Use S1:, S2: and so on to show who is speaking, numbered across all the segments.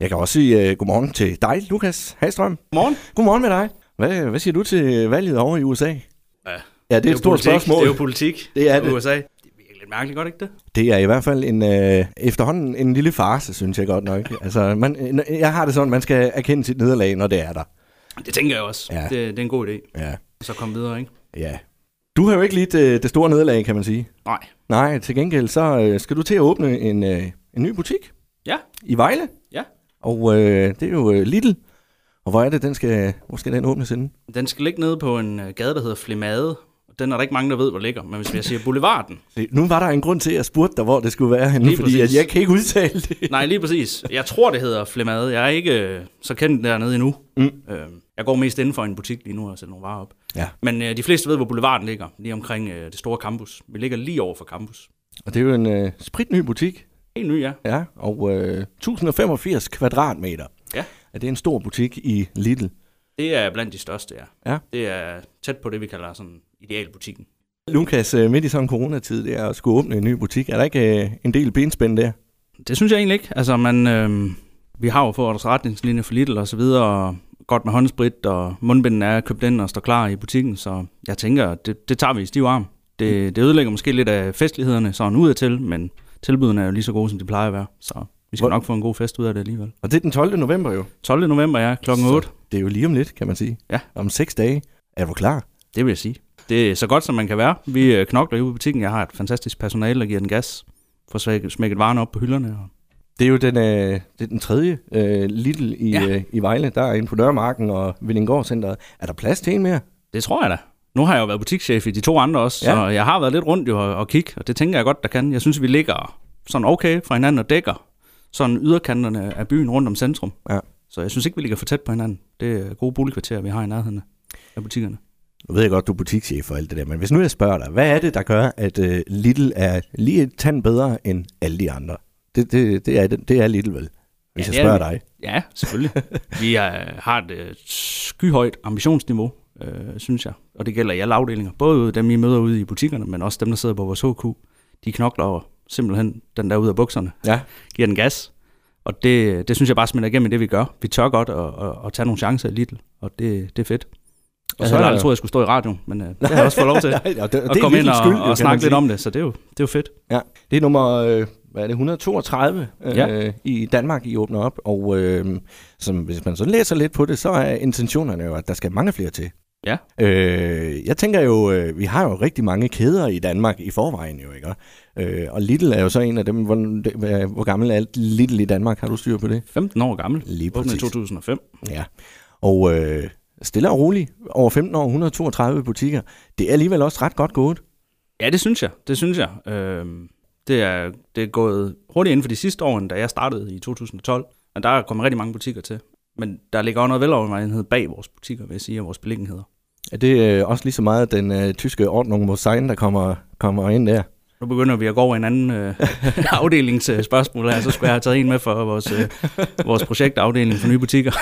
S1: Jeg kan også sige uh, godmorgen til dig, Lukas Hagstrøm.
S2: Morgen.
S1: Godmorgen med dig. Hvad, hvad siger du til valget over i USA?
S2: Ja,
S1: Ja, det er et stort
S2: politik.
S1: spørgsmål.
S2: Det er jo politik.
S1: Det er det.
S2: USA. Det er virkelig lidt mærkeligt godt, ikke det?
S1: Det er i hvert fald en, øh, efterhånden en lille farse, synes jeg godt nok. altså, man, jeg har det sådan, man skal erkende sit nederlag, når det er der.
S2: Det tænker jeg også.
S1: Ja.
S2: Ja. Det, det, er en god idé.
S1: Ja.
S2: Så kom videre, ikke?
S1: ja. Du har jo ikke lidt øh, det store nederlag, kan man sige.
S2: Nej.
S1: Nej, til gengæld så øh, skal du til at åbne en, øh, en ny butik
S2: Ja.
S1: i Vejle.
S2: Ja.
S1: Og øh, det er jo øh, Lidl. Og hvor er det, den skal, hvor skal den åbnes inden?
S2: Den skal ligge nede på en øh, gade, der hedder Flemade. Den er der ikke mange, der ved, hvor ligger. Men hvis jeg siger Boulevarden.
S1: Det- Nu var der en grund til, at jeg spurgte dig, hvor det skulle være henne,
S2: Lige
S1: fordi at
S2: præcis.
S1: jeg kan ikke udtale det.
S2: Nej, lige præcis. Jeg tror, det hedder Flemade. Jeg er ikke øh, så kendt dernede endnu.
S1: Mm.
S2: Øhm, Jeg går mest inden for en butik lige nu og sætter nogle varer op.
S1: Ja.
S2: Men øh, de fleste ved, hvor Boulevarden ligger. Lige omkring øh, det store campus. Vi ligger lige over for campus.
S1: Og det er jo en øh, spritny butik.
S2: Helt ny, ja.
S1: Ja, og øh, 1085 kvadratmeter.
S2: Ja.
S1: Er det en stor butik i Lidl?
S2: Det er blandt de største, ja.
S1: Ja.
S2: Det er tæt på det, vi kalder sådan idealbutikken.
S1: Lukas, øh, midt i sådan en coronatid, det er at skulle åbne en ny butik. Er der ikke øh, en del benspænd der?
S2: Det synes jeg egentlig ikke. Altså, man, øh, vi har jo fået retningslinjer for Lidl og så videre, og godt med håndsprit, og mundbinden er købt ind og står klar i butikken, så jeg tænker, at det, det tager vi i stiv arm. Det, det ødelægger måske lidt af festlighederne sådan udadtil, men tilbudene er jo lige så gode, som de plejer at være, så vi skal
S1: Hvor-
S2: nok få en god fest ud af det alligevel.
S1: Og det er den 12. november jo.
S2: 12. november, ja, klokken
S1: Så
S2: 8.
S1: Det er jo lige om lidt, kan man sige.
S2: Ja.
S1: Om seks dage. Er du klar?
S2: Det vil jeg sige. Det er så godt, som man kan være. Vi øh, knokler ude i butikken. Jeg har et fantastisk personale, der giver den gas. Får smækket smækket varerne op på hylderne. Og...
S1: Det er jo den, øh, det er den tredje øh, Lidl i, ja.
S2: Ja.
S1: øh, i Vejle. Der er inde på Dørmarken og Villingård Centeret. Er der plads til en mere?
S2: Det tror jeg da. Nu har jeg jo været butikschef i de to andre også,
S1: Ja.
S2: ja. så jeg har været lidt rundt jo og, og kigge, og det tænker jeg godt, der kan. Jeg synes, vi ligger sådan okay fra hinanden og dækker sådan yderkanterne af byen rundt om centrum.
S1: Ja.
S2: Så jeg synes ikke, vi ligger for tæt på hinanden. Det er gode boligkvarterer, vi har i nærheden af butikkerne.
S1: Nu ved jeg godt, du er butikschef og alt det der, men hvis nu jeg spørger dig, hvad er det, der gør, at øh, Lidl er lige et tand bedre end alle de andre? Det, det, det, er, det det er Lidl vel, hvis
S2: Ja,
S1: ja,
S2: det
S1: jeg
S2: er
S1: spørger
S2: det.
S1: dig.
S2: Ja, selvfølgelig. vi er, har et øh, skyhøjt ambitionsniveau, øh, synes jeg. Og det gælder i alle afdelinger. Både dem, I møder ude i butikkerne, men også dem, der sidder på vores HQ. De knokler over simpelthen den der ud af bukserne.
S1: Ja.
S2: Giver den gas. Og det, det synes jeg bare smitter igennem i det, vi gør. Vi tør godt at, at, at tage nogle chancer i Lidl, og det, det er fedt. Og
S1: så
S2: så havde
S1: er
S2: jeg
S1: der-
S2: aldrig troet, jeg skulle stå i radioen, men øh, det har jeg også fået lov til.
S1: Nej, og det,
S2: Og komme ind og,
S1: skyld, jo, kan
S2: og snakke
S1: man
S2: lidt
S1: sige.
S2: om det, så det er jo, det er jo fedt.
S1: Ja. Det er nummer øh, hvad er det, 132 øh, ja.
S2: Ja.
S1: i Danmark, I åbner op. Og øh, som, hvis man sådan læser lidt på det, så er intentionerne jo, at der skal mange flere til.
S2: Ja.
S1: Øh, jeg tænker jo, øh, vi har jo rigtig mange kæder i Danmark i forvejen jo, ikke? Øh, og Lidl er jo så en af dem. Hvor, øh, hvor- hvor gammel er Lidl i Danmark? Har du styr på det?
S2: 15 år gammel.
S1: Lige
S2: Åbnet i
S1: præcis.
S2: 2005.
S1: Ja. Og øh, stille og roligt, over 15 år, 132 butikker. Det er alligevel også ret godt gået.
S2: Ja, det synes jeg. Det synes jeg. Øhm, det, er, det er gået hurtigt inden for de sidste år, end da jeg startede i 2012. Og der er kommet rigtig mange butikker til. Men der ligger også noget velovervejenhed bag vores butikker, vil jeg sige, og vores beliggenheder.
S1: Er det øh, også lige så meget den øh, tyske ordnung mod sejn, der kommer, kommer ind der?
S2: Nu begynder vi at gå over en anden øh, afdelingsspørgsmål her, så skulle jeg have taget en med for vores, øh, vores projektafdeling for nye butikker.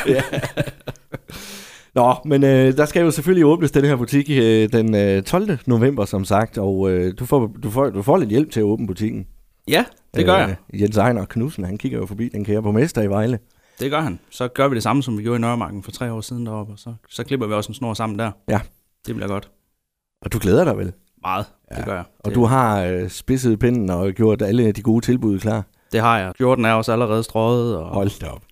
S1: Nå, men øh, der skal jo selvfølgelig åbnes den her butik øh, den øh, 12. november, som sagt, og øh, du, får, du, får, du får lidt hjælp til at åbne butikken.
S2: Ja, det gør jeg.
S1: Øh, Jens Ejner Knudsen, han kigger jo forbi den kære borgmester i Vejle.
S2: Det gør han. Så gør vi det samme, som vi gjorde i Nørremarken for tre år siden deroppe, og så, så klipper vi også en snor sammen der.
S1: Ja.
S2: Det bliver godt.
S1: Og du glæder dig vel?
S2: Meget. Ja.
S1: Ja.
S2: Det gør jeg.
S1: Og
S2: det,
S1: du har øh, spidset pinden og gjort alle de gode tilbud klar.
S2: det har jeg. Jordan er også allerede strøget, og
S1: Hold da op.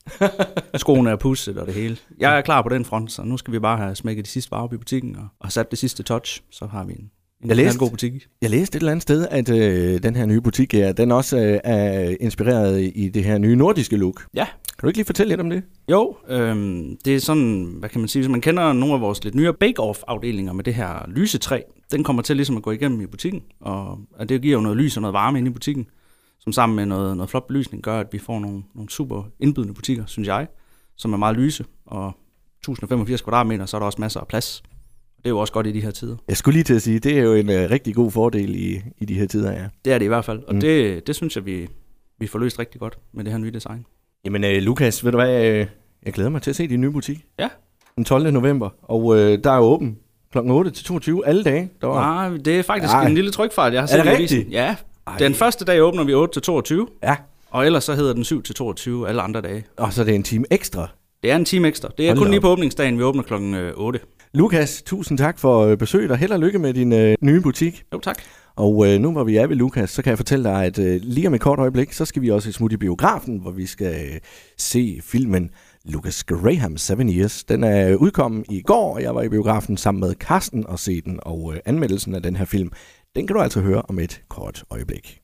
S2: Skoene er pusset og det hele. Jeg er klar på den front, så nu skal vi bare have smækket de sidste varer op i butikken og, og sat det sidste touch. Så har vi en, en
S1: Jeg læste-
S2: knaldgod butik.
S1: Jeg læste et eller andet sted, at øh, den her nye butik her, den også øh, er inspireret i det her nye nordiske look.
S2: Ja.
S1: Kan du ikke lige fortælle lidt om det?
S2: Jo, øhm, det er sådan, hvad kan man sige, hvis man kender nogle af vores lidt nyere bake-off-afdelinger med det her lysetræ, den kommer til ligesom at gå igennem i butikken, og, og det giver jo noget lys og noget varme ind i butikken, som sammen med noget, noget flot belysning gør, at vi får nogle, nogle super indbydende butikker, synes jeg, som er meget lyse, og 1085 kvadratmeter, så er der også masser af plads. Det er jo også godt i de her tider.
S1: Jeg skulle lige til at sige, det er jo en øh, rigtig god fordel i, i de her tider, ja.
S2: Det er det i hvert fald, og
S1: Mm.
S2: mm. det, det synes jeg, vi, vi får løst rigtig godt med det her nye design.
S1: Jamen, øh, Lukas, ved du hvad? Øh, jeg glæder mig til at se din nye butik.
S2: Ja.
S1: Den 12. november. Og øh, der er åben kl. 8 til 22 alle dage. Der
S2: Oh.
S1: var...
S2: Nej, det er faktisk
S1: Ej.
S2: Ej. en lille trykfejl, jeg har
S1: Er det
S2: set i avisen.
S1: rigtigt?
S2: Ja,
S1: Ej.
S2: den første dag åbner vi 8 til 22,
S1: Ja,
S2: Og ellers så hedder den 7-22 alle andre dage.
S1: Og så er det en time ekstra.
S2: Det er en time ekstra. Det er
S1: Hold
S2: kun
S1: da
S2: lige
S1: op.
S2: på åbningsdagen, vi åbner klokken øh, 8.
S1: Lukas, tusind tak for øh, besøget, og held og lykke med din øh, nye butik.
S2: Jo, tak.
S1: Og øh, nu hvor vi er ved Lukas, så kan jeg fortælle dig, at øh, lige om et kort øjeblik, så skal vi også et smut i biografen, hvor vi skal øh, se filmen Lucas Graham, Seven Years. Den er udkommet i går, og jeg var i biografen sammen med Karsten og se den, og øh, anmeldelsen af den her film, den kan du altså høre om et kort øjeblik.